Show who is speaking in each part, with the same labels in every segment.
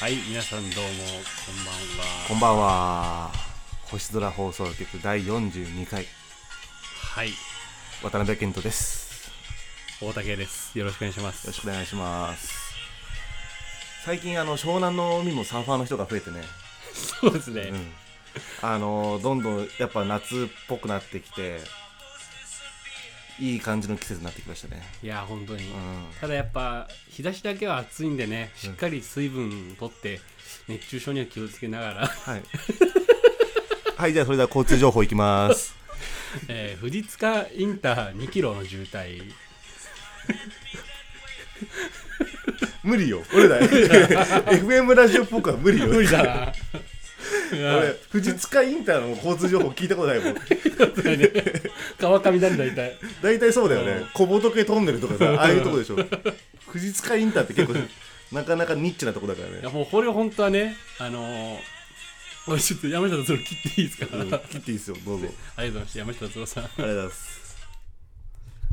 Speaker 1: はい、皆さんどうも、こんばんは。
Speaker 2: こんばんは。星空放送局第42回、
Speaker 1: はい、
Speaker 2: 渡辺健人です。
Speaker 1: 大竹です。よろしくお願いしま
Speaker 2: よろ
Speaker 1: す
Speaker 2: し。くお願いします。最近、あの、湘南の海もサーファーの人が増えてね、
Speaker 1: そうです
Speaker 2: う
Speaker 1: ね。
Speaker 2: ん。あの、どんどんやっぱ夏っぽくなってきて、いい感じの季節になってきましたね。
Speaker 1: いや、本当に
Speaker 2: う。ん。
Speaker 1: ただやっぱ、日差しだけは暑いんでね、しっかり水分とって、熱中症には気をつけな がら、
Speaker 2: はい。はい、じゃあそれでは交通情報いきます。
Speaker 1: えー、富士塚インター2キロの渋滞。
Speaker 2: 無理よ。俺 だよ。FM ラジオっぽくは無理よ。
Speaker 1: 無理だな。
Speaker 2: 俺、富士塚インターの交通情報聞いたことないもん。
Speaker 1: 川上なんだ、痛い。
Speaker 2: 大体そうだよ
Speaker 1: うん
Speaker 2: ね小仏トンネル とかさああいうとこでしょ富士塚インターって結構なかなかニッチなとこだから
Speaker 1: いや、
Speaker 2: ね
Speaker 1: もうこれ本当はね、あのー、おいちょっと山下達郎切っていいですか、
Speaker 2: うん
Speaker 1: ありがと
Speaker 2: 切っていいですよどうぞ
Speaker 1: うございます山下達郎さん
Speaker 2: ありがとうございます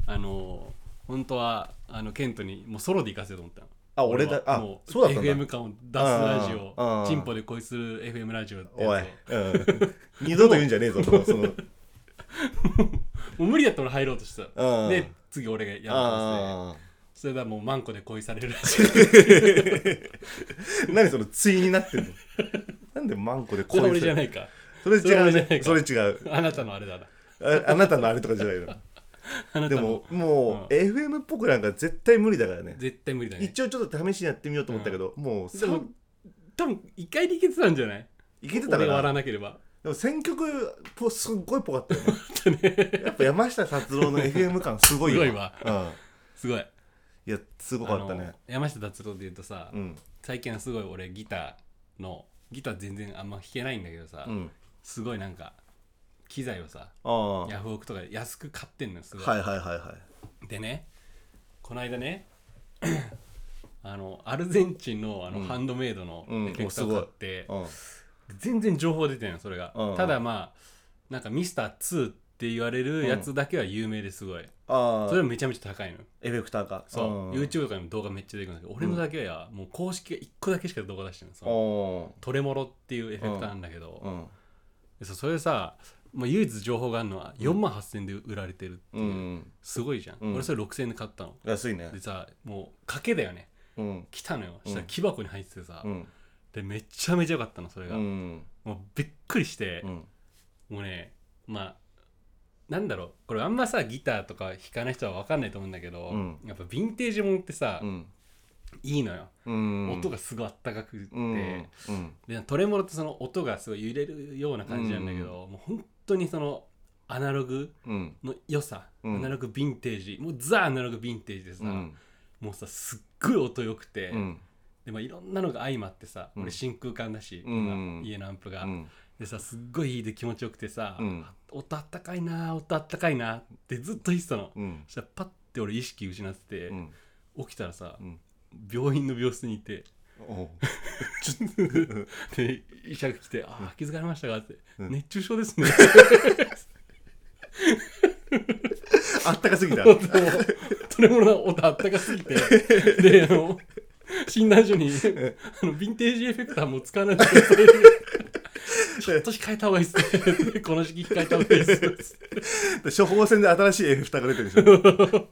Speaker 1: あのー、本当はあのケントにもうソロで行かせようと思ったの
Speaker 2: あ俺だ
Speaker 1: は
Speaker 2: あ
Speaker 1: もう
Speaker 2: そうだったんだ
Speaker 1: FM 感を出すラジ
Speaker 2: あーあ
Speaker 1: オ
Speaker 2: ー
Speaker 1: チンポで恋する FM ラジオって
Speaker 2: おい
Speaker 1: や、
Speaker 2: うん、二度と言うんじゃねえぞとその
Speaker 1: つをもう無理だったら俺入ろうとして
Speaker 2: あ
Speaker 1: た
Speaker 2: ー
Speaker 1: で次俺がやったんですね
Speaker 2: あ
Speaker 1: それだもうマンコで恋されるら しい
Speaker 2: ー何その対になってんのなんでマンコで
Speaker 1: これ俺じゃ
Speaker 2: い
Speaker 1: ないか
Speaker 2: それ違う
Speaker 1: それ俺じゃない
Speaker 2: ね
Speaker 1: か
Speaker 2: それ違う
Speaker 1: あなたのあれだな
Speaker 2: ああなたのあれとかじゃないの
Speaker 1: あな
Speaker 2: で
Speaker 1: た
Speaker 2: も
Speaker 1: の
Speaker 2: もう、FM っぽくなんか絶対無理だからね
Speaker 1: 絶対無理だね
Speaker 2: 一応ちょっと試しにやってみようと思ったけど、もう
Speaker 1: で
Speaker 2: さ
Speaker 1: も多分一回でいけてたんじゃない
Speaker 2: いけてたか
Speaker 1: 俺が
Speaker 2: ら
Speaker 1: 割らなければ
Speaker 2: でも選曲ぽすっごいぽかったよ、ね、やっぱ山下達郎の FM 感すごいよ
Speaker 1: すごいわすごい
Speaker 2: うん、いやすごかった
Speaker 1: あ
Speaker 2: ね
Speaker 1: の山下達郎で言うとさ、
Speaker 2: うん
Speaker 1: 最近はすごい俺ギターのギター全然あんま弾けないんだけどさ、
Speaker 2: うん
Speaker 1: すごいなんか機材をさ
Speaker 2: ああはい
Speaker 1: ヤフオクとかで安く買ってんのよすごい、
Speaker 2: はいはいは
Speaker 1: でねこの間ね あのアルゼンチンのあの、
Speaker 2: うん
Speaker 1: ハンドメイドの
Speaker 2: うん
Speaker 1: エフェクターを買って
Speaker 2: い、、うん、
Speaker 1: 全然情報出てないのそれが、
Speaker 2: うん
Speaker 1: ただまあなんかミスター2って言われるやつだけは有名ですごい、
Speaker 2: あ
Speaker 1: それは
Speaker 2: あ
Speaker 1: めちゃめちゃ高いのよ
Speaker 2: エフェクターか
Speaker 1: そう、
Speaker 2: ん、
Speaker 1: YouTube とかにも動画めっちゃ出てくるんだけど俺のだけはもう公式が1個だけしか動画出してないのその
Speaker 2: お
Speaker 1: トレモロっていうエフェクターなんだけど、
Speaker 2: うん
Speaker 1: でそそれさ、まあ、唯一情報があるのは4万8000円で売られてるって
Speaker 2: う
Speaker 1: いう、
Speaker 2: ん
Speaker 1: すごいじゃん、
Speaker 2: うん
Speaker 1: 俺それ6000円で買ったの
Speaker 2: 安いね
Speaker 1: でさもう賭けだよね
Speaker 2: うん
Speaker 1: 来たのよ
Speaker 2: うん
Speaker 1: したら木箱に入っててさ、
Speaker 2: うん
Speaker 1: でめちゃめちゃ良かったのそれ
Speaker 2: う
Speaker 1: が、
Speaker 2: ん
Speaker 1: もうびっくりして
Speaker 2: う、ん
Speaker 1: もうねまあなんだろうこれあんまさギターとか弾かない人は分かんないと思うんだけど、
Speaker 2: うん
Speaker 1: やっぱヴィンテージものってさ、
Speaker 2: うん
Speaker 1: いいのよ、
Speaker 2: うん
Speaker 1: 音がすごいあったかくって、
Speaker 2: うんうん
Speaker 1: でトレモロってその音がすごい揺れるような感じなんだけど、もう本当にそのアナログ
Speaker 2: うん
Speaker 1: の良さ、
Speaker 2: うん
Speaker 1: アナログヴィンテージもうザ・アナログヴィンテージでさ、
Speaker 2: うん
Speaker 1: もうさすっごい音良くて、
Speaker 2: うん
Speaker 1: でまあいろんなのが相まってさ、
Speaker 2: うん
Speaker 1: 俺真空管だし、
Speaker 2: うん
Speaker 1: 今家のアンプが、
Speaker 2: うん
Speaker 1: でさすっごいいいで気持ちよくてさ、
Speaker 2: うん
Speaker 1: 音あったかいな音あったかいなってずっと言ってたの、
Speaker 2: うん
Speaker 1: そしたらパッて俺意識失ってて、
Speaker 2: うん
Speaker 1: 起きたらさ
Speaker 2: うん
Speaker 1: 病院の病室にい て
Speaker 2: おう
Speaker 1: で医者が来て「ああ気づかれましたか?」って、
Speaker 2: うん
Speaker 1: 熱中症ですね」
Speaker 2: あったかす ぎた
Speaker 1: もうトレモロの音あったかすぎてであの診断書にあのヴィンテージエフェクターも使わないでくださいちょっと控えた方がいいっす ねこの時期控えた方がいいっす
Speaker 2: 処方箋で新しいエフェクターが出てるでしょ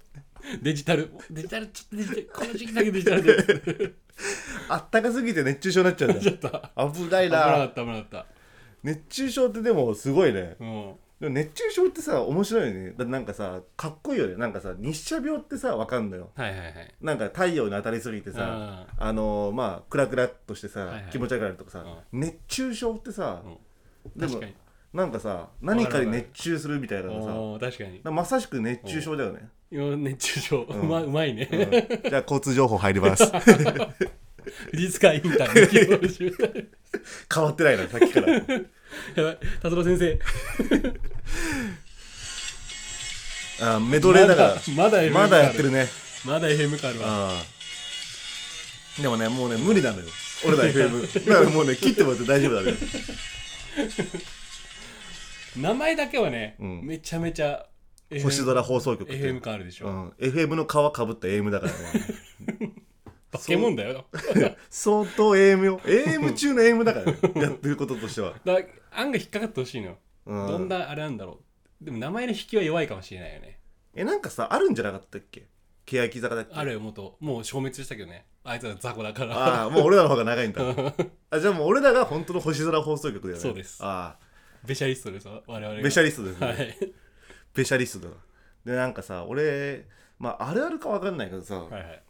Speaker 1: デジタルデジタルちょっとデジタルこの時期だけデジタルで
Speaker 2: あったかすぎて熱中症に なっちゃう ん
Speaker 1: ちょ
Speaker 2: だ
Speaker 1: っと危な
Speaker 2: 危ない
Speaker 1: か
Speaker 2: な
Speaker 1: った危なかった
Speaker 2: 熱中症ってでもすごいね
Speaker 1: うん
Speaker 2: でも熱中症ってさ面白いよねだなんかさかっこいいよねなんかさ日射病ってさわかんのよ
Speaker 1: はいはいはい
Speaker 2: なんか太陽に当たりすぎてさ
Speaker 1: あ
Speaker 2: あのー、まあクラクラっとしてさ、
Speaker 1: いはい
Speaker 2: 気持ち悪くなるとかさ、熱中症ってさ、
Speaker 1: ー
Speaker 2: で
Speaker 1: 確
Speaker 2: も
Speaker 1: かに
Speaker 2: なんかさ何かに熱中するみたいなのさ
Speaker 1: おー確かに
Speaker 2: まさしく熱中症だよね、
Speaker 1: 今熱中症うまうまいね
Speaker 2: うんじゃあ交通情報入ります
Speaker 1: 富士塚インターネット集
Speaker 2: 変わってないなさっきか ら
Speaker 1: やばい達郎先生
Speaker 2: あメドレーだから
Speaker 1: まだ
Speaker 2: まだやってる
Speaker 1: ね
Speaker 2: ね
Speaker 1: まだ FM カルは
Speaker 2: ああでもねもうね無理なのよ俺 ら FM だからもうね切ってもらって大丈夫だね
Speaker 1: 名前だけはね、
Speaker 2: うん
Speaker 1: めちゃめちゃ FM
Speaker 2: 星空放送局って
Speaker 1: FM 感あるでしょ、
Speaker 2: うん、FM の皮かぶった AM だからね
Speaker 1: バケモンだよ
Speaker 2: 相当 AM よ AM 中の AM だか らねやってることとしては
Speaker 1: だから案が引っかかってほしいのよ、
Speaker 2: うん
Speaker 1: どんなあれなんだろうでも名前の引きは弱いかもしれないよね
Speaker 2: えなんかさあるんじゃなかったっけ欅坂だっけ
Speaker 1: あるよ元もう消滅したけどねあいつら雑魚だから
Speaker 2: ああもう俺らの方が長い んだあじゃあもう俺らが本当の星空放送局だよね
Speaker 1: そうです
Speaker 2: あ
Speaker 1: ベシャリストです我々
Speaker 2: あ
Speaker 1: が
Speaker 2: ベシャリストですね、
Speaker 1: はい
Speaker 2: ベシャリストだなでなんかさ俺まああるあるか分かんないけどさ、
Speaker 1: はいはい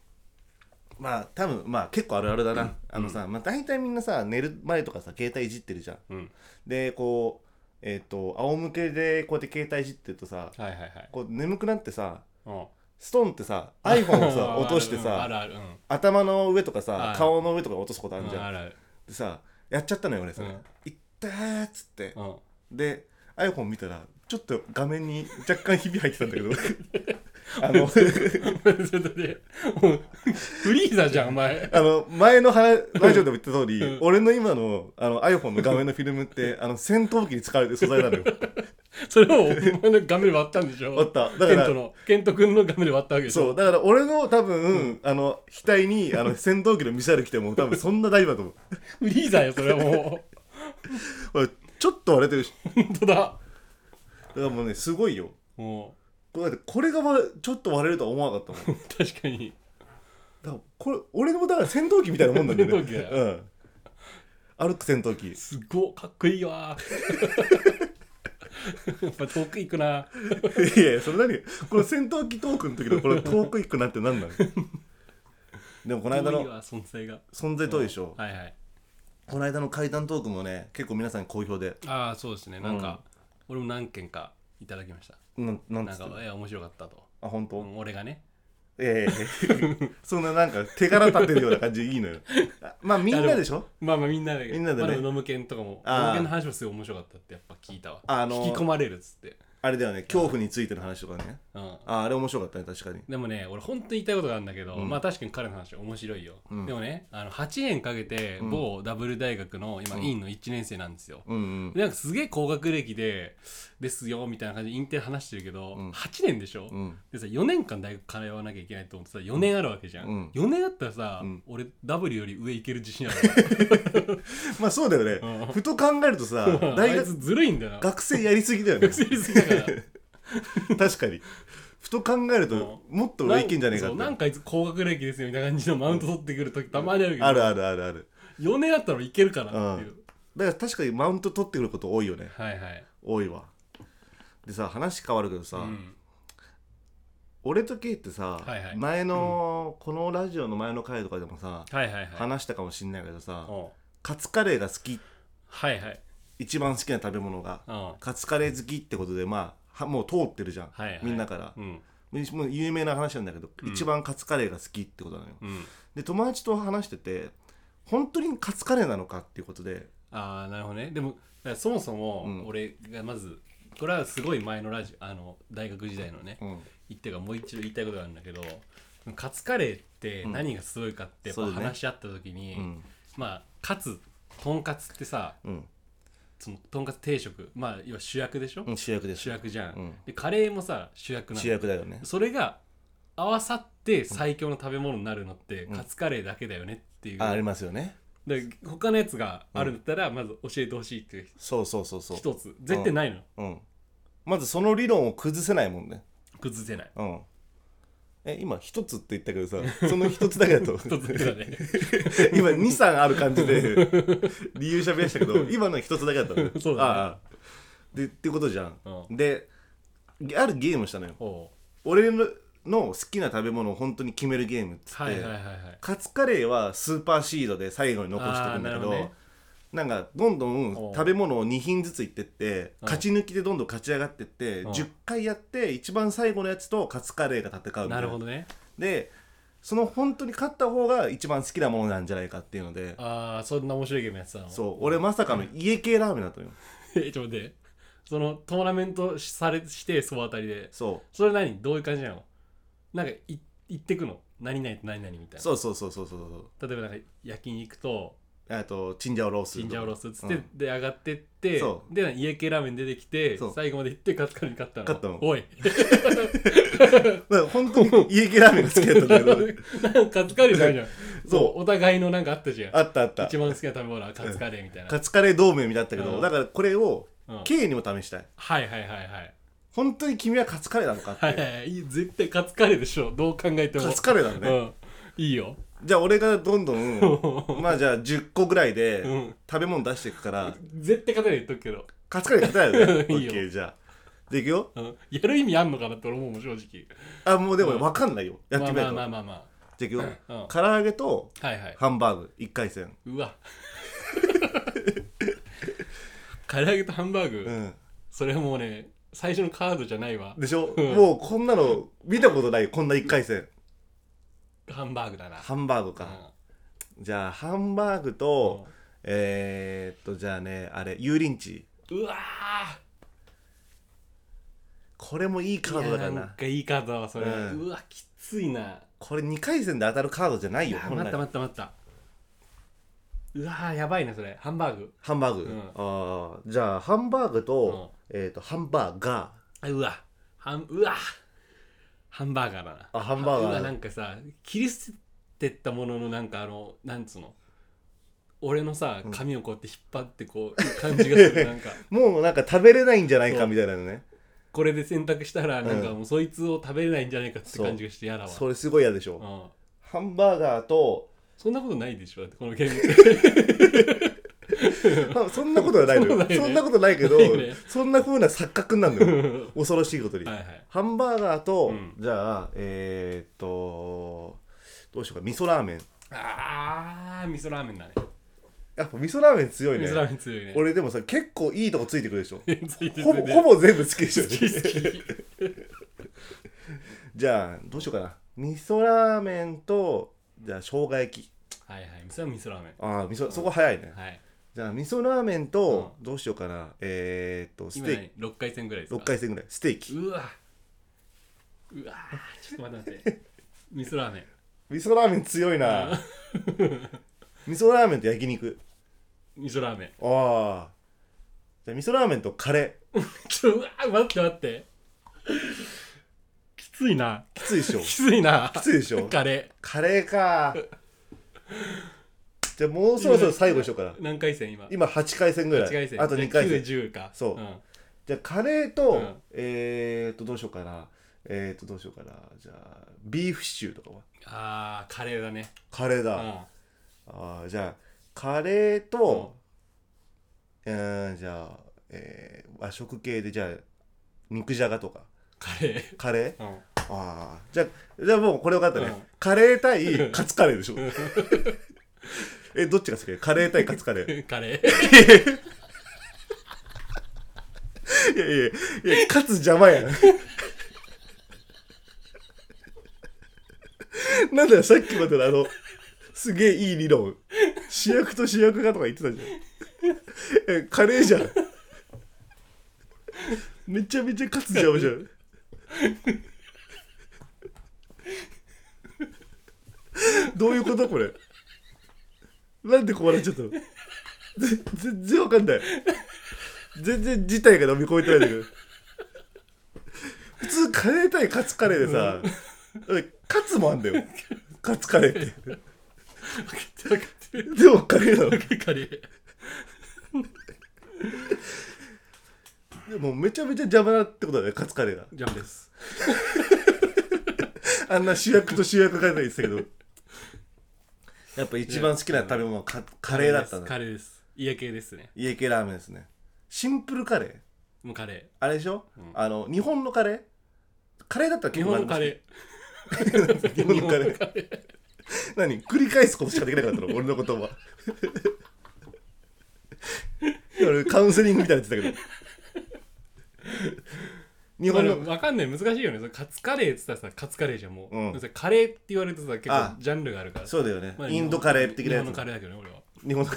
Speaker 2: まあ多分まあ結構あるあるだな、あのさ、まあ、大体みんなさ寝る前とかさ携帯いじってるじゃん
Speaker 1: うん
Speaker 2: でこうえっ、と仰向けでこうやって携帯いじってるとさ
Speaker 1: はいはいはい
Speaker 2: こう眠くなってさ
Speaker 1: うん
Speaker 2: ストンってさ iPhone を
Speaker 1: あ
Speaker 2: さ
Speaker 1: る
Speaker 2: 落として
Speaker 1: うんあ
Speaker 2: さ
Speaker 1: るあるうん
Speaker 2: 頭の上とかさ
Speaker 1: はい
Speaker 2: 顔の上とか落とすことあるじ
Speaker 1: うん
Speaker 2: ゃ
Speaker 1: あ
Speaker 2: ん
Speaker 1: るある
Speaker 2: でさやっちゃったのよ俺それ
Speaker 1: うん
Speaker 2: 「いったー」っつって
Speaker 1: うん
Speaker 2: で iPhone 見たらちょっと画面に若干ひび入ってたんだけど あの
Speaker 1: ちょっとねもうフリーザじゃんお前
Speaker 2: あの前の話ラジオでも言った通り、
Speaker 1: うん
Speaker 2: 俺の今のあの iPhone の画面のフィルムってあの戦闘機に使われてる素材なのよ
Speaker 1: それをお前の画面で割ったんでしょ
Speaker 2: あっただか
Speaker 1: ケン
Speaker 2: ら
Speaker 1: トのケント君の画面で割ったわけでしょ
Speaker 2: そうだから俺の多分、あの額にあの戦闘機のミサイル来ても多分そんな大丈夫だと思
Speaker 1: フ
Speaker 2: う
Speaker 1: リーザよそれはもう
Speaker 2: ほらちょっと割れてるし
Speaker 1: 本当だ
Speaker 2: だからもうねすごいよ
Speaker 1: も
Speaker 2: これだってこれがわちょっと割れるとは思わなかったもん
Speaker 1: う確かに
Speaker 2: だからこれ俺のだから戦闘機みたいなもんなんだよね
Speaker 1: 戦闘機だ
Speaker 2: うん歩く戦闘機
Speaker 1: すごっかっこいいわ やっぱ遠く行くない
Speaker 2: やいやそれ何この戦闘機トークの時のこの遠く行くなんて何なのでもこの間
Speaker 1: 遠い
Speaker 2: の
Speaker 1: わ存在が
Speaker 2: 存在遠いでしょ、
Speaker 1: はいはい
Speaker 2: この間の怪談トークもね結構皆さん好評で
Speaker 1: ああそうですねなんか、俺も何件かいただきました
Speaker 2: なんなんつ
Speaker 1: な
Speaker 2: っ
Speaker 1: ん
Speaker 2: て
Speaker 1: かいや面白かったと、
Speaker 2: あ本
Speaker 1: う
Speaker 2: 当、
Speaker 1: ん俺がね
Speaker 2: ええ そんななんか手柄立てるような感じいいのよあまあみんなでしょ
Speaker 1: まあまあみんなで
Speaker 2: みんなでね
Speaker 1: まあもノムケンとかも
Speaker 2: あー
Speaker 1: ノムケンの話もすごい面白かったってやっぱ聞いたわ、
Speaker 2: あのー
Speaker 1: 引き込まれるっつって、
Speaker 2: あれだよね恐怖についての話とかね
Speaker 1: うん、
Speaker 2: ああれ面白かったね確かに
Speaker 1: でもね俺本当に言いたいことがあるんだけど、
Speaker 2: うん
Speaker 1: まあ確かに彼の話面白いよ、
Speaker 2: うん
Speaker 1: でもねあの8年かけて
Speaker 2: ん
Speaker 1: 某ダブル大学の今、
Speaker 2: うん
Speaker 1: 院の1年生なんですよ、
Speaker 2: うんうん
Speaker 1: でなんかすげえ高学歴でですよみたいな感じでインテリ話してるけど、
Speaker 2: うん
Speaker 1: 8年でしょ、
Speaker 2: うん
Speaker 1: でさ4年間大学通わなきゃいけないと思ってさ4年あるわけじゃん、
Speaker 2: うん
Speaker 1: 4年あったらさ、
Speaker 2: うん
Speaker 1: 俺 W より上行ける自信ある
Speaker 2: まあそうだよね、
Speaker 1: うん
Speaker 2: ふと考えるとさ 大
Speaker 1: 大学
Speaker 2: 学
Speaker 1: ずるいんだよな
Speaker 2: 学生やりすぎだよね
Speaker 1: 学生すぎだから
Speaker 2: 確かにふと考えるともっと上いけんじゃねえか
Speaker 1: そ
Speaker 2: っ
Speaker 1: う
Speaker 2: て
Speaker 1: なんかいつ高学歴ですよみたいな感じのマウント取ってくる時たまにあるけど、
Speaker 2: あるあるあるある
Speaker 1: 4年あったらいけるかなっていう、
Speaker 2: だから確かにマウント取ってくること多いよね
Speaker 1: はいはい、
Speaker 2: 多いわでさ話変わるけどさ、
Speaker 1: うん、
Speaker 2: 俺とケイってさ、
Speaker 1: はいはい
Speaker 2: 前の、このラジオの前の回とかでもさ、
Speaker 1: はいはいはい
Speaker 2: 話したかもしんないけどさ、
Speaker 1: おう
Speaker 2: カツカレーが好き
Speaker 1: はいはい
Speaker 2: 一番好きな食べ物が、
Speaker 1: うん
Speaker 2: カツカレー好きってことでまあはもう通ってるじゃん、
Speaker 1: はいはい
Speaker 2: みんなから
Speaker 1: う、ん
Speaker 2: もう有名な話なんだけど、
Speaker 1: うん
Speaker 2: 一番カツカレーが好きってことなのよ、
Speaker 1: うん
Speaker 2: で友達と話してて本当にカツカレーなのかっていうことで
Speaker 1: ああなるほどねでもだからそもそも
Speaker 2: うん
Speaker 1: 俺がまずこれはすごい前のラジオあの大学時代のね、
Speaker 2: うん
Speaker 1: 言ってるからもう一度言いたいことがあるんだけどカツカレーって何がすごいかってやっぱ
Speaker 2: うんそうだね
Speaker 1: 話し合った時に、
Speaker 2: うん
Speaker 1: まあカツとんかつってさ
Speaker 2: うん
Speaker 1: そのとんかつ定食まあ要は主役でしょ、
Speaker 2: うん主役です
Speaker 1: 主役じゃん、
Speaker 2: うん
Speaker 1: でカレーもさ主役な
Speaker 2: 主
Speaker 1: の
Speaker 2: 役だよね
Speaker 1: それが合わさって最強の食べ物になるのって、
Speaker 2: ん
Speaker 1: カツカレーだけだよねっていう、
Speaker 2: あありますよね
Speaker 1: で他のやつがあるんだったらまず教えてほしいっていう
Speaker 2: そうそうそうそう
Speaker 1: 一つ絶対ないの、
Speaker 2: うん、まずその理論を崩せないもんね
Speaker 1: 崩せない
Speaker 2: うんえ今一つって言ったけどさその一つだけだと
Speaker 1: 一つだね
Speaker 2: 今23ある感じで理由しゃべりました けど今のは一つだけだったの
Speaker 1: そうだね
Speaker 2: ああでってことじゃん、
Speaker 1: う
Speaker 2: であるゲームしたのよ
Speaker 1: ほ
Speaker 2: 俺のの好きな食べ物を本当に決めるゲームっつっ
Speaker 1: う
Speaker 2: て、
Speaker 1: はいはいはいはい
Speaker 2: カツカレーはスーパーシードで最後に残してるんだけ
Speaker 1: あーなる
Speaker 2: どな
Speaker 1: ほどね
Speaker 2: んかどんどん
Speaker 1: おう
Speaker 2: 食べ物を2品ずついってって
Speaker 1: うん
Speaker 2: 勝ち抜きでどんどん勝ち上がってって
Speaker 1: うん
Speaker 2: 10回やって一番最後のやつとカツカレーが戦うみたいな
Speaker 1: なるほどね
Speaker 2: でその本当に勝った方が一番好きなものなんじゃないかっていうので
Speaker 1: ああそんな面白いゲームやってたの
Speaker 2: そう俺まさかの家系ラーメンだったのよ
Speaker 1: えちょっと待ってそのトーナメントしされして総当たりで
Speaker 2: そ
Speaker 1: それ何どういう感じなのなんかい行ってくの何々と何々みた
Speaker 2: う
Speaker 1: い
Speaker 2: そうそうそうそうそうそう
Speaker 1: な例えばなんか焼肉と
Speaker 2: あとチンジャオロース
Speaker 1: チンジャオロー スっつっ
Speaker 2: う
Speaker 1: て
Speaker 2: ん
Speaker 1: で上がってって
Speaker 2: そ
Speaker 1: で家系ラーメン出てきて
Speaker 2: そう
Speaker 1: 最後まで行ってカツカレーに勝ったの
Speaker 2: 勝ったの
Speaker 1: おい
Speaker 2: だから本当に家系ラーメンが好きだったんだけど
Speaker 1: なんかカツカレーじゃないじゃん
Speaker 2: そう
Speaker 1: お互いのなんかあったじゃん
Speaker 2: あったあった
Speaker 1: 一番好きな食べ物はカツカレーみたいな、
Speaker 2: カツカレー同盟みたいだったけど、
Speaker 1: うん
Speaker 2: だからこれを
Speaker 1: うん
Speaker 2: K にも試したい
Speaker 1: はいはいはいはい
Speaker 2: 本当に君はカツカレーなのかって、
Speaker 1: はいはいはいいい絶対カツカレーでしょどう考えても
Speaker 2: カツカレーなのね、
Speaker 1: うん、いいよ
Speaker 2: じゃあ俺がどんどん まあじゃあ10個ぐらいで
Speaker 1: うん
Speaker 2: 食べ物出していくから、
Speaker 1: 絶対勝てない言っとくけど、
Speaker 2: カツカレー勝たないよね
Speaker 1: いいよ
Speaker 2: オッケーじゃあでいくよ
Speaker 1: うん、やる意味あんのかなって俺思うもん正直
Speaker 2: あもうでも
Speaker 1: うん
Speaker 2: 分かんないよ、やってみない
Speaker 1: まあ
Speaker 2: と、
Speaker 1: まあまあまあ、
Speaker 2: じゃあいくよ、
Speaker 1: うん
Speaker 2: 唐揚げと
Speaker 1: まあ、はいはい
Speaker 2: ハンバーグ1回戦
Speaker 1: うわ唐揚げとハンバーグ、
Speaker 2: うん
Speaker 1: それはもうね最初のカードじゃないわ
Speaker 2: でしょ、
Speaker 1: うん
Speaker 2: もうこんなの見たことないよこんな1回戦
Speaker 1: ハンバーグだな
Speaker 2: ハンバーグか、じゃあハンバーグと、
Speaker 1: うん
Speaker 2: えー、っとじゃあねあれ油淋鶏
Speaker 1: うんうわ
Speaker 2: これもいいカ
Speaker 1: ー
Speaker 2: ードだから
Speaker 1: いや
Speaker 2: な
Speaker 1: なんかいいカードだわそれ、う
Speaker 2: うん
Speaker 1: わきついな
Speaker 2: これ2回戦で当たるカードじゃない
Speaker 1: い
Speaker 2: よ
Speaker 1: や待った待った待ったうわーやばいなそれハンバーグ
Speaker 2: ハンバーグ、
Speaker 1: うん
Speaker 2: ああじゃあハンバーグと,、えー、とハンバーガ
Speaker 1: あうわハンうわハンバーガーだな
Speaker 2: あハンバーガー
Speaker 1: うわなんかさ切り捨てったもののなんかあのなんつうの俺のさ髪をこうやって引っ張ってこう、感じがする なんか
Speaker 2: ーもうなんか食べれないんじゃない
Speaker 1: そ
Speaker 2: か
Speaker 1: う
Speaker 2: みたいなのね
Speaker 1: これで洗濯したらなんか
Speaker 2: うん
Speaker 1: もうそいつを食べれないんじゃないかって感じがして嫌だわ
Speaker 2: それすごい嫌でしょ、
Speaker 1: うん、
Speaker 2: ハンバーガーと、
Speaker 1: そんなことないでしょだってこのゲーム
Speaker 2: まあ、そんなことはないのよ
Speaker 1: そ
Speaker 2: そ
Speaker 1: ん
Speaker 2: ん
Speaker 1: な
Speaker 2: な
Speaker 1: こ
Speaker 2: ことないけど、
Speaker 1: ないよね
Speaker 2: そんなふうな錯覚になるのよ恐ろしいことに、
Speaker 1: はいはい
Speaker 2: ハンバーガーと、
Speaker 1: うん
Speaker 2: じゃあえー、っとどうしようか味噌ラーメン
Speaker 1: あー味噌ラーメンだね
Speaker 2: やっぱ味噌ラーメン強い
Speaker 1: 味
Speaker 2: ね
Speaker 1: 噌ラーメン強いね
Speaker 2: 俺でもさ結構いいとこついてくるでしょ
Speaker 1: ついて
Speaker 2: ほ
Speaker 1: つ
Speaker 2: ぼ
Speaker 1: いて
Speaker 2: ほぼ全部好きでしょ、
Speaker 1: 好き好き
Speaker 2: じゃあどうしようかな味噌ラーメンとじゃあ生姜焼き
Speaker 1: はいはい味噌は味噌ラーメン
Speaker 2: ああ味噌そこ早いね
Speaker 1: はい
Speaker 2: じゃあ味噌ラーメンとどうしようかなえー、っとス
Speaker 1: 今
Speaker 2: テー
Speaker 1: 何6回戦ぐらいで
Speaker 2: キ
Speaker 1: す
Speaker 2: 6
Speaker 1: か
Speaker 2: 回戦ぐらいステーキ
Speaker 1: うわうわちょっと待って待って味噌ラーメン
Speaker 2: 味噌ラーメン強いな味噌ラーメンと焼肉
Speaker 1: 味噌ラーメン
Speaker 2: ああじゃあ味噌ラーメンとカレ
Speaker 1: ちょうわ待って待ってきついな
Speaker 2: ーきついで しょ
Speaker 1: きついな
Speaker 2: きついでしょ
Speaker 1: カレ
Speaker 2: カレーかじゃあもうそろそろ最後にしようかな
Speaker 1: ー何回戦今
Speaker 2: 今8回戦ぐら
Speaker 1: 8回戦
Speaker 2: いあと2回戦
Speaker 1: 910か
Speaker 2: そうんじゃあカレーと、
Speaker 1: うん
Speaker 2: えーっとどうしようかなえーっとどうしようかなじゃあビーフシチューとかは
Speaker 1: あーカレーだね
Speaker 2: カレー
Speaker 1: う
Speaker 2: だ、あ
Speaker 1: ん
Speaker 2: あーじゃあカレーと、うーん、じゃあ、えー和食系でじゃあ肉じゃがとか
Speaker 1: カレ
Speaker 2: カレー
Speaker 1: ーうん
Speaker 2: ああじゃあじゃあもうこれ分かったね、
Speaker 1: うん
Speaker 2: カレー対カツカレーでしょ えどっちが好きカレー対カツカレー
Speaker 1: カレー
Speaker 2: いやいやいやカツ邪魔やん なんだよさっきまでのあのすげえいい理論主役と主役がとか言ってたじゃんえカレーじゃんめちゃめちゃカツ邪魔じゃんどういうことこれなんでこうなっちゃったのぜ全然わかんない全然事態が飲み越えてないんだけど普通カレー対カツカレーでさ、カツもあんだよカツカレーって
Speaker 1: 分かってる分かってる
Speaker 2: でもカレーなの
Speaker 1: カレー
Speaker 2: でもめちゃめちゃ邪魔だってことだねカツカレーが
Speaker 1: ジャンです
Speaker 2: あんな主役と主役がいて言ってたけどやっぱ一番好きな食べ物はカカレーだったんだ
Speaker 1: カレーです家系ですね
Speaker 2: 家系ラーメンですねシンプルカレー
Speaker 1: もうカ レ
Speaker 2: あれでしょ、
Speaker 1: うん
Speaker 2: あの日本のカレーカレーだったら
Speaker 1: ー日本のカレ
Speaker 2: ー日
Speaker 1: ー
Speaker 2: 本のカレ
Speaker 1: 日
Speaker 2: ー何繰り返すことしかできなかったの俺の言葉俺カウンセリングみたいに言ってたけど日
Speaker 1: 本
Speaker 2: 本
Speaker 1: の
Speaker 2: の
Speaker 1: カレーわかんない難しいよねそのカツカレーって言ったらさカツカレーじゃんもう、
Speaker 2: うん
Speaker 1: でもさカレーって言われるとさ結
Speaker 2: あ
Speaker 1: 構ジャンルがあるから
Speaker 2: そうだよね、
Speaker 1: まあ
Speaker 2: インドカレー的なや
Speaker 1: 日本の
Speaker 2: つ
Speaker 1: カレーだけどね俺は
Speaker 2: 日本のカ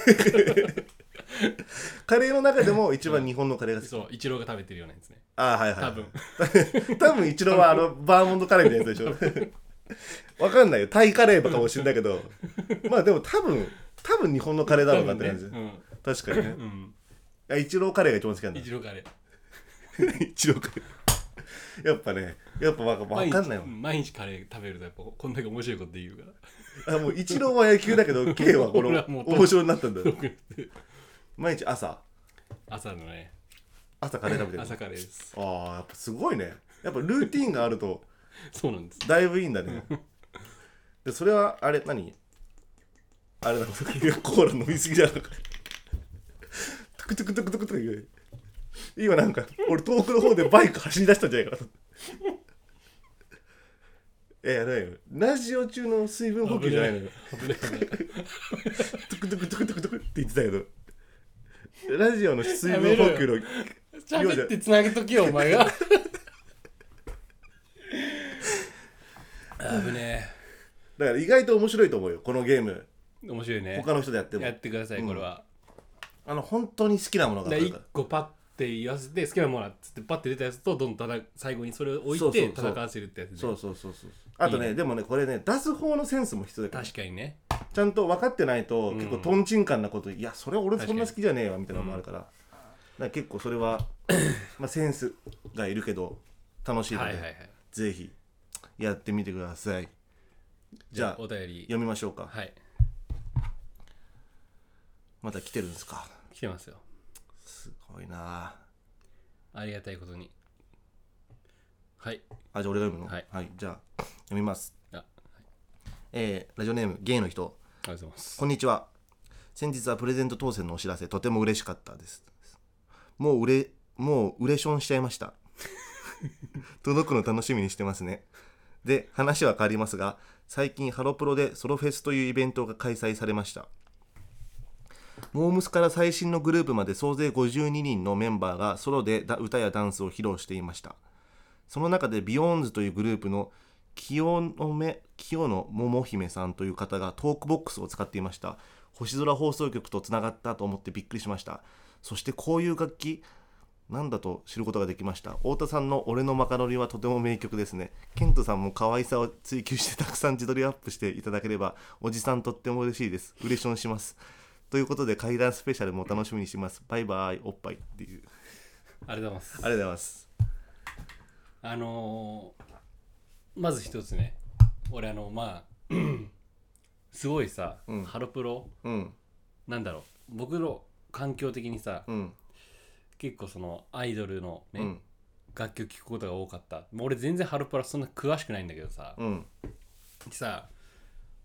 Speaker 2: レーの中でも一番日本のカレーが好き、
Speaker 1: そうイチローが食べてるようなやつね
Speaker 2: ああはいはい
Speaker 1: 多分
Speaker 2: 多分一郎はあのバーモントカレーみたいなやつでしょわかんないよタイカレーかもしれないけどまあでも多分多分日本のカレーだろうなって感じ、
Speaker 1: 多分ね
Speaker 2: 確かにね
Speaker 1: うん、
Speaker 2: あ一郎カレーが一番好きなん
Speaker 1: うん、
Speaker 2: だ
Speaker 1: イチローカレー
Speaker 2: 一郎カレーやっぱねやっぱわかわ
Speaker 1: 毎日
Speaker 2: かんないもん
Speaker 1: 毎日カレー食べるとやっぱこんだけ面白いこと言うから
Speaker 2: あもう一郎は野球だ けど K はこの
Speaker 1: 俺はもう
Speaker 2: 面白になったん だよ
Speaker 1: 僕
Speaker 2: 毎日朝
Speaker 1: 朝のね
Speaker 2: 朝カレー食べて
Speaker 1: 朝
Speaker 2: る
Speaker 1: カレーです
Speaker 2: ああやっぱすごいねやっぱルーティンがあると
Speaker 1: そうなんです
Speaker 2: だいぶいいんだねでそれはあれ何あれなのコーラ飲みすぎじゃなのかトゥクトゥクトゥクトゥクとか言う今なんか俺遠くの方でバイク走り出したんじゃないかなえやないよラジオ中の水分補給じゃないのよ
Speaker 1: 危ない危ない
Speaker 2: トゥクトゥクトゥクトゥクトゥクって言ってたけどラジオの水分補給の
Speaker 1: 喋ってつなげときよお 前が危ね
Speaker 2: だから意外と面白いと思うよこのゲーム
Speaker 1: え面白いね
Speaker 2: 他の人でやっても
Speaker 1: やってくださいこれは、
Speaker 2: あの本当に好きなものがあ
Speaker 1: で
Speaker 2: るか
Speaker 1: 1
Speaker 2: ら
Speaker 1: 個パッて言わせて好きなものだっつってパッて出たやつとどんどんただ最後にそれを置
Speaker 2: そ
Speaker 1: いう
Speaker 2: そう
Speaker 1: て
Speaker 2: そう
Speaker 1: 戦わせるってやつね
Speaker 2: そうそうそうそうあとね
Speaker 1: いいね
Speaker 2: でもねこれね出す方のセンスも必要だから
Speaker 1: 確かにね
Speaker 2: ちゃんと分かってないと、
Speaker 1: うん
Speaker 2: 結構とんちんかんなこといやそれ俺
Speaker 1: 確か
Speaker 2: そ
Speaker 1: に
Speaker 2: んな好きじゃねえわみたいなのもあるから,、だから結構それはまあセンスがいるけど楽しいの
Speaker 1: は
Speaker 2: で、
Speaker 1: いはいはい
Speaker 2: ぜひやってみてくださいじ
Speaker 1: じゃ
Speaker 2: ゃ
Speaker 1: あ
Speaker 2: あ
Speaker 1: お便り
Speaker 2: 読みましょうか、
Speaker 1: はい
Speaker 2: また来てるんですか
Speaker 1: 来てますよ
Speaker 2: すごいなあ
Speaker 1: ありがたいことにはい
Speaker 2: あ、じゃあ俺が読むの
Speaker 1: はい
Speaker 2: じゃあ読みます。
Speaker 1: あはい
Speaker 2: えーラジオネーム、ゲイの人。
Speaker 1: ありがとうございます
Speaker 2: こんにちは。先日はプレゼント当選のお知らせ、とても嬉しかったです。もう売れ、もう売れションしちゃいました。 届くの楽しみにしてますね。で、話は変わりますが、最近ハロプロでソロフェスというイベントが開催されました。モームスから最新のグループまで総勢52人のメンバーがソロでだ歌やダンスを披露していました。その中でビヨーンズというグループの清野め清野桃姫さんという方がトークボックスを使っていました星空放送局とつながったと思ってびっくりしましたそしてこういう楽器なんだと知ることができました太田さんの「俺のマカロニ」はとても名曲ですねケントさんも可愛さを追求してたくさん自撮りアップしていただければおじさんとっても嬉しいです嬉しょんしますということで怪談スペシャルも楽しみにしてますバイバイおっぱいっていう
Speaker 1: ありがとうございます
Speaker 2: ありがとうございます
Speaker 1: あのーまず一つね俺あのまあ すごいさ、
Speaker 2: うん
Speaker 1: ハロプロ
Speaker 2: うん
Speaker 1: なんだろう僕の環境的にさ、
Speaker 2: うん
Speaker 1: 結構そのアイドルのね、
Speaker 2: うん
Speaker 1: 楽曲聴くことが多かったもう俺全然ハロプロそんな詳しくないんだけどさ、
Speaker 2: うん
Speaker 1: さ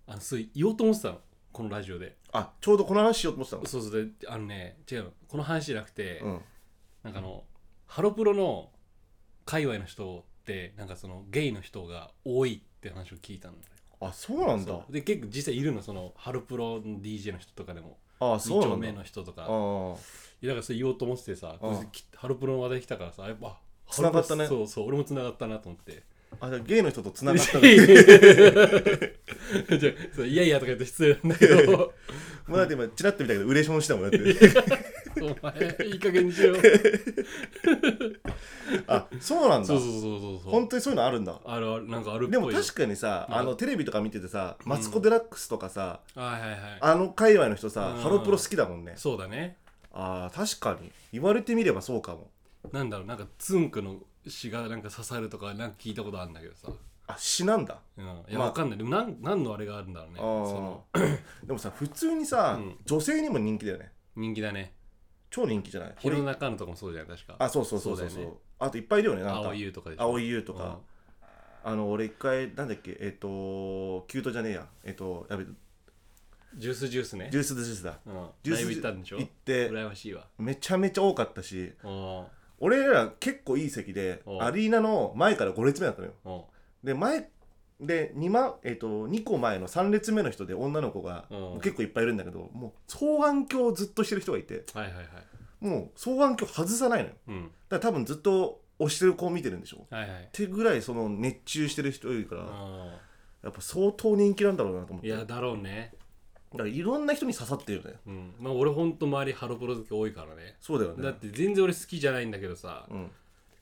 Speaker 1: あのそう言おうと思ってたのこのラジオで
Speaker 2: あちょうどこの話しようと思ってたの
Speaker 1: そうそうであのね違うのこの話じゃなくて、
Speaker 2: うん、
Speaker 1: なんかあのハロプロの界隈の人ってなんかそのゲイの人が多いって話を聞いたのね
Speaker 2: あそうなんだ
Speaker 1: そうで結構実際いるのそのハロプロの DJ の人とかでも
Speaker 2: あそう
Speaker 1: 2
Speaker 2: な
Speaker 1: 丁
Speaker 2: んだ
Speaker 1: 目の人とか
Speaker 2: あー
Speaker 1: いやだからそれ言おうと思っててさこれ
Speaker 2: ああ
Speaker 1: きハロプロの話題来たからさやっぱ
Speaker 2: つながったね
Speaker 1: そうそう俺もつながったなと思って
Speaker 2: あじゃあゲイの人とつな がったの
Speaker 1: いやいやじゃあそういやいやとか言って失礼なんだけ ど
Speaker 2: もうだって今チラッと見たけどウレションしたもんだって
Speaker 1: お前いい加減にしろ よ
Speaker 2: あそうなんだ
Speaker 1: そうそうそうそうそう
Speaker 2: 本当にそういうのあるんだ
Speaker 1: あるあるなんかあるっぽい
Speaker 2: でも確
Speaker 1: か
Speaker 2: かにさ
Speaker 1: うん
Speaker 2: あのテレビとか見ててさマツコ・デラックスとかさ、
Speaker 1: はいはいはい
Speaker 2: あの界隈の人さ、
Speaker 1: うん
Speaker 2: ハロプロ好きだもんね
Speaker 1: そうだね
Speaker 2: あー確かに言われてみればそうかも
Speaker 1: なんだろうなんかつんくの詩がなんか刺さるとかなんか聞いたことあるんだけどさ、
Speaker 2: あ詩なんだ、
Speaker 1: うん、いや
Speaker 2: まあ
Speaker 1: わかんないでもなん何のあれがあるんだろうね
Speaker 2: あ
Speaker 1: そ
Speaker 2: ー
Speaker 1: の
Speaker 2: でもさ普通にさ、
Speaker 1: うん
Speaker 2: 女性にも人気だよね
Speaker 1: 人気だね
Speaker 2: 超人気じゃない
Speaker 1: 弘中のとかもそうじゃん確か
Speaker 2: あそうそうそうそう
Speaker 1: そ
Speaker 2: そうう
Speaker 1: だよね
Speaker 2: あといっぱいいるよねなんか
Speaker 1: 青い優とかでしょ
Speaker 2: 青い優とか、あの俺一回なんだっけえっ、とキュートじゃねえやえっ、とやべ
Speaker 1: ジュースジュースね
Speaker 2: ジュースズジュースだ
Speaker 1: うん、
Speaker 2: ジュー
Speaker 1: ラ
Speaker 2: ス
Speaker 1: イブ行ったんでしょ
Speaker 2: 行って
Speaker 1: 羨ましいわ
Speaker 2: めちゃめちゃ多かったし
Speaker 1: おー
Speaker 2: 俺ら結構いい席で
Speaker 1: お
Speaker 2: アリーナの前から5列目だったのよ
Speaker 1: お
Speaker 2: で前で 2, 万、えっと2個前の3列目の人で女の子が
Speaker 1: うん
Speaker 2: 結構いっぱいいるんだけどもう双眼鏡をずっとしてる人がいて
Speaker 1: ーはいはいはい
Speaker 2: もう双眼鏡外さないのよ
Speaker 1: うん
Speaker 2: だから多分ずっと押してる子を見てるんでしょっ
Speaker 1: はいはい
Speaker 2: てぐらいその熱中してる人いるから、
Speaker 1: あ
Speaker 2: やっぱ相当人気なんだろうなと思っ
Speaker 1: ーい
Speaker 2: て
Speaker 1: やだろうね
Speaker 2: だからいろんな人に刺さってるよね
Speaker 1: うんまあ俺ほんと周りハロプロ好き多いからね
Speaker 2: そうだよね
Speaker 1: だって全然俺好きじゃないんだけどさ、
Speaker 2: うん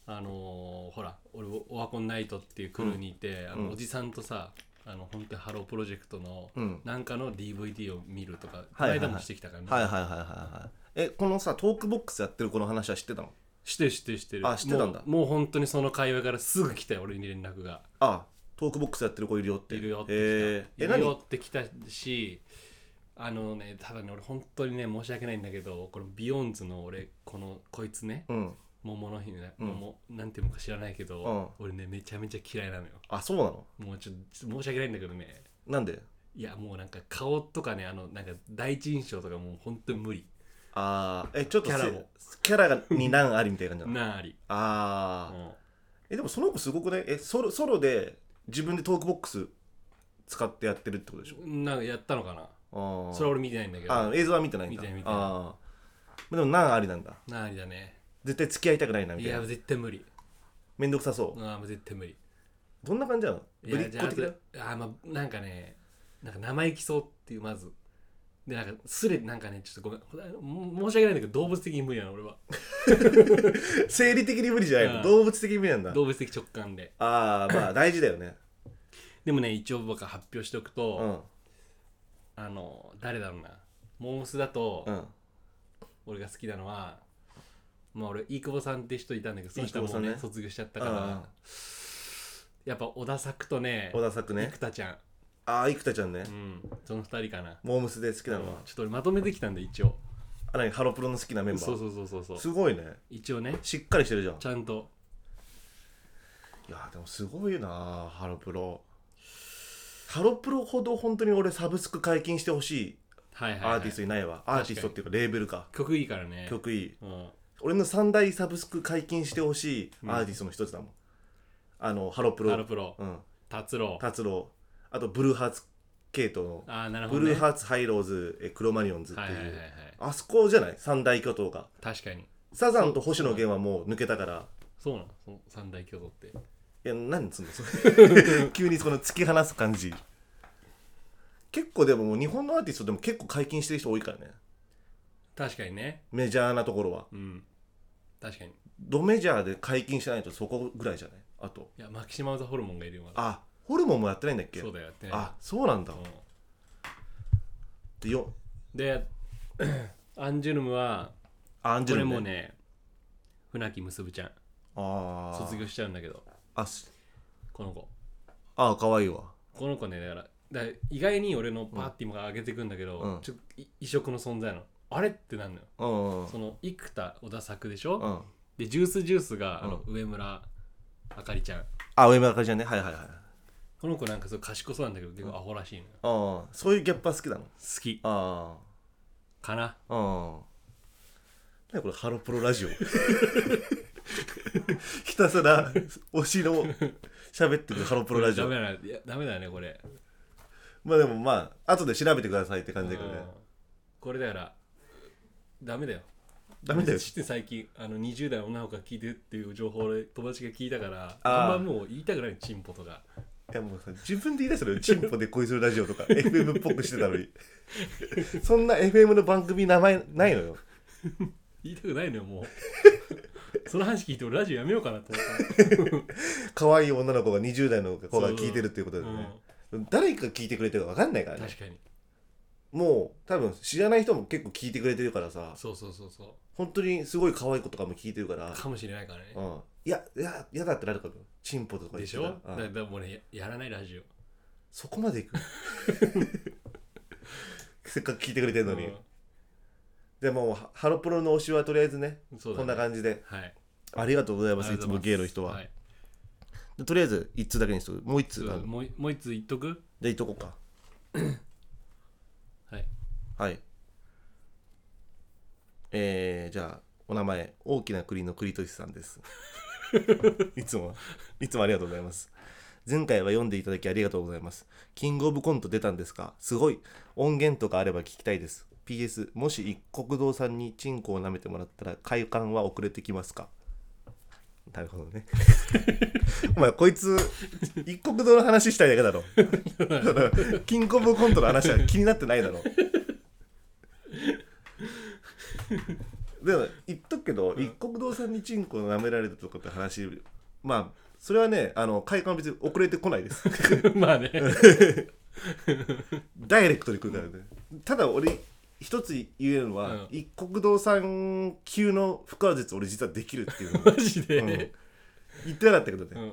Speaker 1: あのーほら俺オワコンナイトっていうクルーにいて、あ
Speaker 2: うん
Speaker 1: のおじさんとさあの本当にハロープロジェクトの
Speaker 2: うん
Speaker 1: なんかの DVD を見るとか、こ
Speaker 2: はいはいはい
Speaker 1: の間もしてきたからね、
Speaker 2: はいはいはいはいはいえこのさトークボックスやってるこの話は知ってたの
Speaker 1: してる知ってる知ってる
Speaker 2: あ知ってたんだ
Speaker 1: もうもう本当にその会話からすぐ来たよ俺に連絡が
Speaker 2: あトークボックスやってる子いるよって
Speaker 1: いるよって
Speaker 2: え
Speaker 1: 来
Speaker 2: ー、え
Speaker 1: たいるよ
Speaker 2: 何
Speaker 1: って来たしあのねただね俺本当にね申し訳ないんだけどこのビヨンズの俺このこいつね
Speaker 2: うん
Speaker 1: 桃の日ね、
Speaker 2: うん
Speaker 1: 桃なんていうのか知らないけど、俺ねめちゃめちゃ嫌いなのよ
Speaker 2: あそうなの
Speaker 1: もうちょっと申し訳ないんだけどね
Speaker 2: なんで
Speaker 1: いやもうなんか顔とかねあのなんか第一印象とかもう本当に無理
Speaker 2: あーえちょっと
Speaker 1: キャラ
Speaker 2: せ
Speaker 1: も
Speaker 2: キャラがに難ありみたいな感じなの
Speaker 1: なあり
Speaker 2: あー、
Speaker 1: も
Speaker 2: えでもその子すごくねえソロソロで自分でトークボックス使ってやってるってことでしょ
Speaker 1: うんなんかやったのかな
Speaker 2: ああ
Speaker 1: それは俺見てないんだけど
Speaker 2: あ映像は見てないんだ
Speaker 1: 見てない見てない
Speaker 2: ああでも難ありなんだ
Speaker 1: なありだね
Speaker 2: 絶対付き合いたくないなみ
Speaker 1: い
Speaker 2: たい
Speaker 1: や
Speaker 2: な
Speaker 1: 絶対無理
Speaker 2: めんどくさそう、
Speaker 1: ああもう絶対無理
Speaker 2: どんな感じなの
Speaker 1: い
Speaker 2: ぶり
Speaker 1: や
Speaker 2: っ
Speaker 1: じゃあ
Speaker 2: 子的な
Speaker 1: ああまあなんかねなんか生意気そうっていうまずでなんかすれなんかねちょっとごめんほらも申し訳ないんだけど動物的に無理なの俺は
Speaker 2: 生理的に無理じゃないの、
Speaker 1: うん
Speaker 2: 動物的に無理なんだ
Speaker 1: 動物的直感で
Speaker 2: ああ まあ大事だよね
Speaker 1: でもね一応僕は発表しておくと、
Speaker 2: うん
Speaker 1: あの誰だろうなモームスだと、
Speaker 2: うん
Speaker 1: 俺が好きなのはまあ俺飯窪さんって人いたんだけどその人は
Speaker 2: 飯
Speaker 1: も
Speaker 2: 窪
Speaker 1: う
Speaker 2: さんね
Speaker 1: ね卒業しちゃったから、
Speaker 2: うんうん
Speaker 1: やっぱ小田作とね
Speaker 2: 小田作ね
Speaker 1: 生田ちゃん
Speaker 2: ああ生田ちゃんね、
Speaker 1: うんその二人かな
Speaker 2: モームスで好きなのは、
Speaker 1: ちょっと俺まとめてきたんで一応
Speaker 2: あ何ハロプロの好きなメンバー
Speaker 1: そうそうそうそうそう
Speaker 2: すごいね
Speaker 1: 一応ね
Speaker 2: しっかりしてるじゃん
Speaker 1: ちゃんと
Speaker 2: いやでもすごいなハロプロハロプロほど本当に俺サブスク解禁してほしい
Speaker 1: はいはい、はい、
Speaker 2: アーティストいないわ、アーティストっていうかレーベルか
Speaker 1: 曲いいからね
Speaker 2: 曲いい
Speaker 1: うん、
Speaker 2: 俺の三大サブスク解禁してほしいアーティストの一つだもん、あのハロプロ
Speaker 1: ハロプロ
Speaker 2: うん
Speaker 1: 達郎
Speaker 2: 達郎あとブルーハーツ系統の、
Speaker 1: ああなるほ
Speaker 2: ブ
Speaker 1: ど、ね、
Speaker 2: ルーハーツハイローズえクロマニオンズっていう、
Speaker 1: はいはいはいはい
Speaker 2: あそこじゃない三大巨頭が
Speaker 1: 確かに
Speaker 2: サザンと星野源はもう抜けたから
Speaker 1: そうなのその三大巨頭って
Speaker 2: いや何つうの それ急にその突き放す感じ結構でももう日本のアーティストでも結構解禁してる人多いからね
Speaker 1: 確かにね
Speaker 2: メジャーなところは
Speaker 1: うん確かに
Speaker 2: ドメジャーで解禁しないとそこぐらいじゃないあと
Speaker 1: いやマキシマムザホルモンがいるよまだ
Speaker 2: あホルモンもやってないんだっけ
Speaker 1: そうだよやってない
Speaker 2: あそうなんだ
Speaker 1: うん
Speaker 2: でよ
Speaker 1: で アンジュルムは
Speaker 2: あアンジ
Speaker 1: こ
Speaker 2: ェ
Speaker 1: れ
Speaker 2: ル
Speaker 1: もね船木結ちゃん
Speaker 2: ああ
Speaker 1: 卒業しちゃうんだけど
Speaker 2: あす
Speaker 1: この子
Speaker 2: あーかわいいわ
Speaker 1: この子ねだからだから意外に俺のパーティーも上げてくんだけど、
Speaker 2: うん
Speaker 1: ちょっとい異色の存在なのあれってなんのよ
Speaker 2: うんうん
Speaker 1: その生田小田作でしょ、
Speaker 2: うん
Speaker 1: でジュースジュースが、あの上村あかりちゃん
Speaker 2: あ上村かりちゃんねはいはいはい
Speaker 1: この子なんかすごい賢そうなんだけど結構アホらしいのよ
Speaker 2: ああそういうギャップは好きなの
Speaker 1: 好き
Speaker 2: あ
Speaker 1: かな
Speaker 2: あああ何これハロプロラジオ ひたすら推しの喋ってくるハロプロラジ
Speaker 1: こ
Speaker 2: オ
Speaker 1: れダメだねいやダメだねこれ
Speaker 2: まあでもまあ後で調べてくださいって感じだけど
Speaker 1: う
Speaker 2: ね
Speaker 1: んこれだからダメだよ
Speaker 2: ダメだよ
Speaker 1: 知って最近あの20代の女の子が聞いてるっていう情報で友達が聞いたから
Speaker 2: あ
Speaker 1: あ
Speaker 2: ー
Speaker 1: んまもう言いたくないチンポとか
Speaker 2: いやもうさ自分で言い出したのよチンポで恋するラジオとか FM っぽくしてたのにそんな FM の番組名前ないのよ
Speaker 1: 言いたくないのよも うその話聞いて俺ラジオやめようかなと思っ
Speaker 2: 可愛い女の子が20代の子が聞いてるっていうこと
Speaker 1: た、
Speaker 2: でね
Speaker 1: う
Speaker 2: 誰が聞いてくれてるか分かんないから
Speaker 1: ん
Speaker 2: ね
Speaker 1: 確かに
Speaker 2: もう多分知らない人も結構聞いてくれてるからさ
Speaker 1: そうそうそうそ
Speaker 2: 本当にすごい可愛い子とかも聞いてるから
Speaker 1: う、かもしれないから
Speaker 2: う
Speaker 1: ね
Speaker 2: ん、いやいや嫌だってなるからチンポとか言
Speaker 1: で
Speaker 2: っ
Speaker 1: して
Speaker 2: たら
Speaker 1: ょだ
Speaker 2: うん
Speaker 1: だからもうねややらないラジオ
Speaker 2: そこまでいく せっかく聞いてくれてるのに、でもうハロプロの推しはとりあえずね
Speaker 1: うんそうだね
Speaker 2: こんな感じで
Speaker 1: はい
Speaker 2: ありがとうございます
Speaker 1: あり
Speaker 2: い
Speaker 1: が
Speaker 2: つ
Speaker 1: とう
Speaker 2: も
Speaker 1: ござ
Speaker 2: 芸の人は、
Speaker 1: い
Speaker 2: でとりあえず1通だけにしとくもう1通
Speaker 1: そ
Speaker 2: あ
Speaker 1: う
Speaker 2: る
Speaker 1: もうもう一つ言っとく
Speaker 2: じゃあいっとこうか
Speaker 1: はい
Speaker 2: はいえー、じゃあお名前大きな栗の栗としさんです いつもいつもありがとうございます前回は読んでいただきありがとうございますキングオブコント出たんですかすごい音源とかあれば聞きたいです PS もし一国堂さんにチンコを舐めてもらったら快感は遅れてきますかなるほどね お前こいつ一国堂の話したいだけだろ キングオブコントの話は気になってないだろでも言っとくけど、一国堂さんにチンコ舐められたとかって話まあそれはねあの快感は別に遅れてこないです
Speaker 1: まあね
Speaker 2: ダイレクトに来るからね、ただ俺一つ言えるのは、
Speaker 1: うん
Speaker 2: 一国堂さん級の腹話術俺実はできるってい うの
Speaker 1: マジで、
Speaker 2: うん言ってなかったけどね、
Speaker 1: うん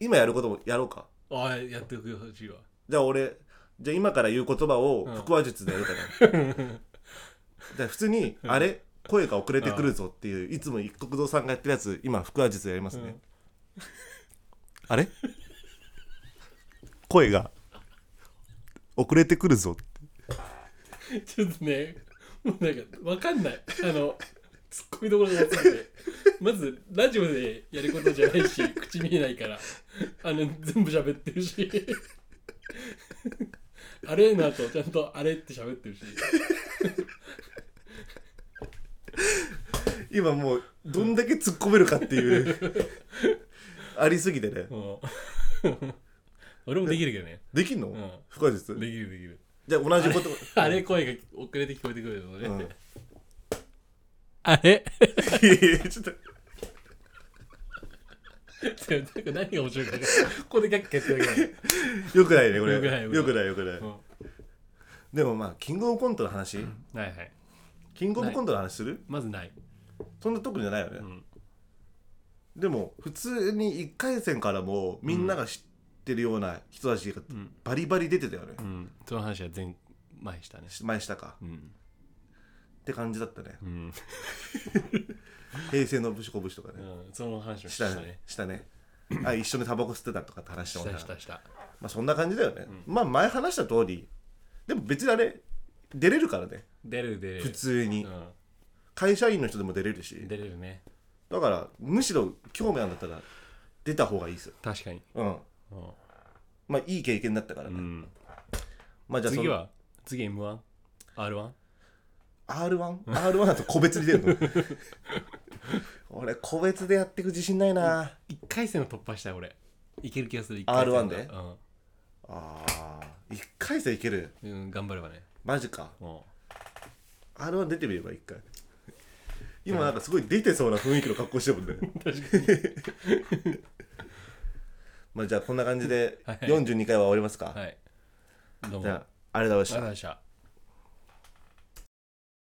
Speaker 2: 今やることもやろうか
Speaker 1: ああやってほしいわ
Speaker 2: じゃあ俺じゃあ今から言う言葉を
Speaker 1: うん
Speaker 2: 腹話術でやるから、 じゃあ普通に「あれ声が遅れてくるぞ」っていういつも一国堂さんがやってるやつ今腹話術でやりますね、
Speaker 1: うん
Speaker 2: あれ声が遅れてくるぞ
Speaker 1: ちょっとねもうなんかわかんないあのツッコミどころが分かんないまずラジオでやることじゃないし口見えないからあの全部喋ってるしあれの後ちゃんとあれって喋ってるし
Speaker 2: 今もうどんだけ突っ込めるかっていう ありすぎてね
Speaker 1: もう俺もできるけどね
Speaker 2: できんの、
Speaker 1: ん
Speaker 2: 不可実
Speaker 1: できるできる
Speaker 2: じゃあ同じこと
Speaker 1: あれ声が遅れて聞こえてくるのね、
Speaker 2: うん、い
Speaker 1: あれ
Speaker 2: や いやちょっと
Speaker 1: なんか何が面白いか分かんないここでガッキャやってるわけだか
Speaker 2: よくないねこれ
Speaker 1: よくないよ
Speaker 2: よ
Speaker 1: く
Speaker 2: く
Speaker 1: な
Speaker 2: ないよくない
Speaker 1: ら、
Speaker 2: でもまあキングオブコントの話、
Speaker 1: うんはいはい
Speaker 2: キングオブコントの話する
Speaker 1: まずない
Speaker 2: そんな特にないよね、
Speaker 1: ん
Speaker 2: でも普通に1回戦からもうみんなが知ってるような人たちが
Speaker 1: ん
Speaker 2: バリバリ出てたよね
Speaker 1: う、んその話は前前したね
Speaker 2: 前下か
Speaker 1: うん
Speaker 2: って感じだったね
Speaker 1: うん、
Speaker 2: 平成のぶしこぶしとかね、
Speaker 1: その話をし
Speaker 2: したたね
Speaker 1: ね
Speaker 2: したねあ一緒にタバコ吸ってたとかって話して
Speaker 1: し
Speaker 2: もら
Speaker 1: た
Speaker 2: っ
Speaker 1: したした
Speaker 2: まあそんな感じだよね、まあ前話した通りでも別にあれ出れるからね
Speaker 1: 出れる出れる
Speaker 2: 普通に
Speaker 1: う
Speaker 2: 会社員の人でも出れる
Speaker 1: ん
Speaker 2: し
Speaker 1: 出れるね
Speaker 2: だからむしろ興味あるんだったら出た方がいいですよ
Speaker 1: 確かに
Speaker 2: うんまあいい経験だったからね、
Speaker 1: うん
Speaker 2: まあじゃあその
Speaker 1: 次は次 M1R1
Speaker 2: R1?R1 だと個別に出る の俺個別でやっていく自信ないな
Speaker 1: 一回戦を突破したい俺いける気がする
Speaker 2: R1 で
Speaker 1: うん
Speaker 2: あー1回戦いける
Speaker 1: うん、頑張ればね
Speaker 2: マジか
Speaker 1: うん
Speaker 2: R1 出てみれば1回今なんかすごい出てそうな雰囲気の格好してるもんね
Speaker 1: 確かに
Speaker 2: まあじゃあこんな感じで
Speaker 1: はい
Speaker 2: 42回は終わりますか、
Speaker 1: はいどうもありがとう
Speaker 2: じゃあありがとうございまし
Speaker 1: ござ
Speaker 2: た
Speaker 1: いました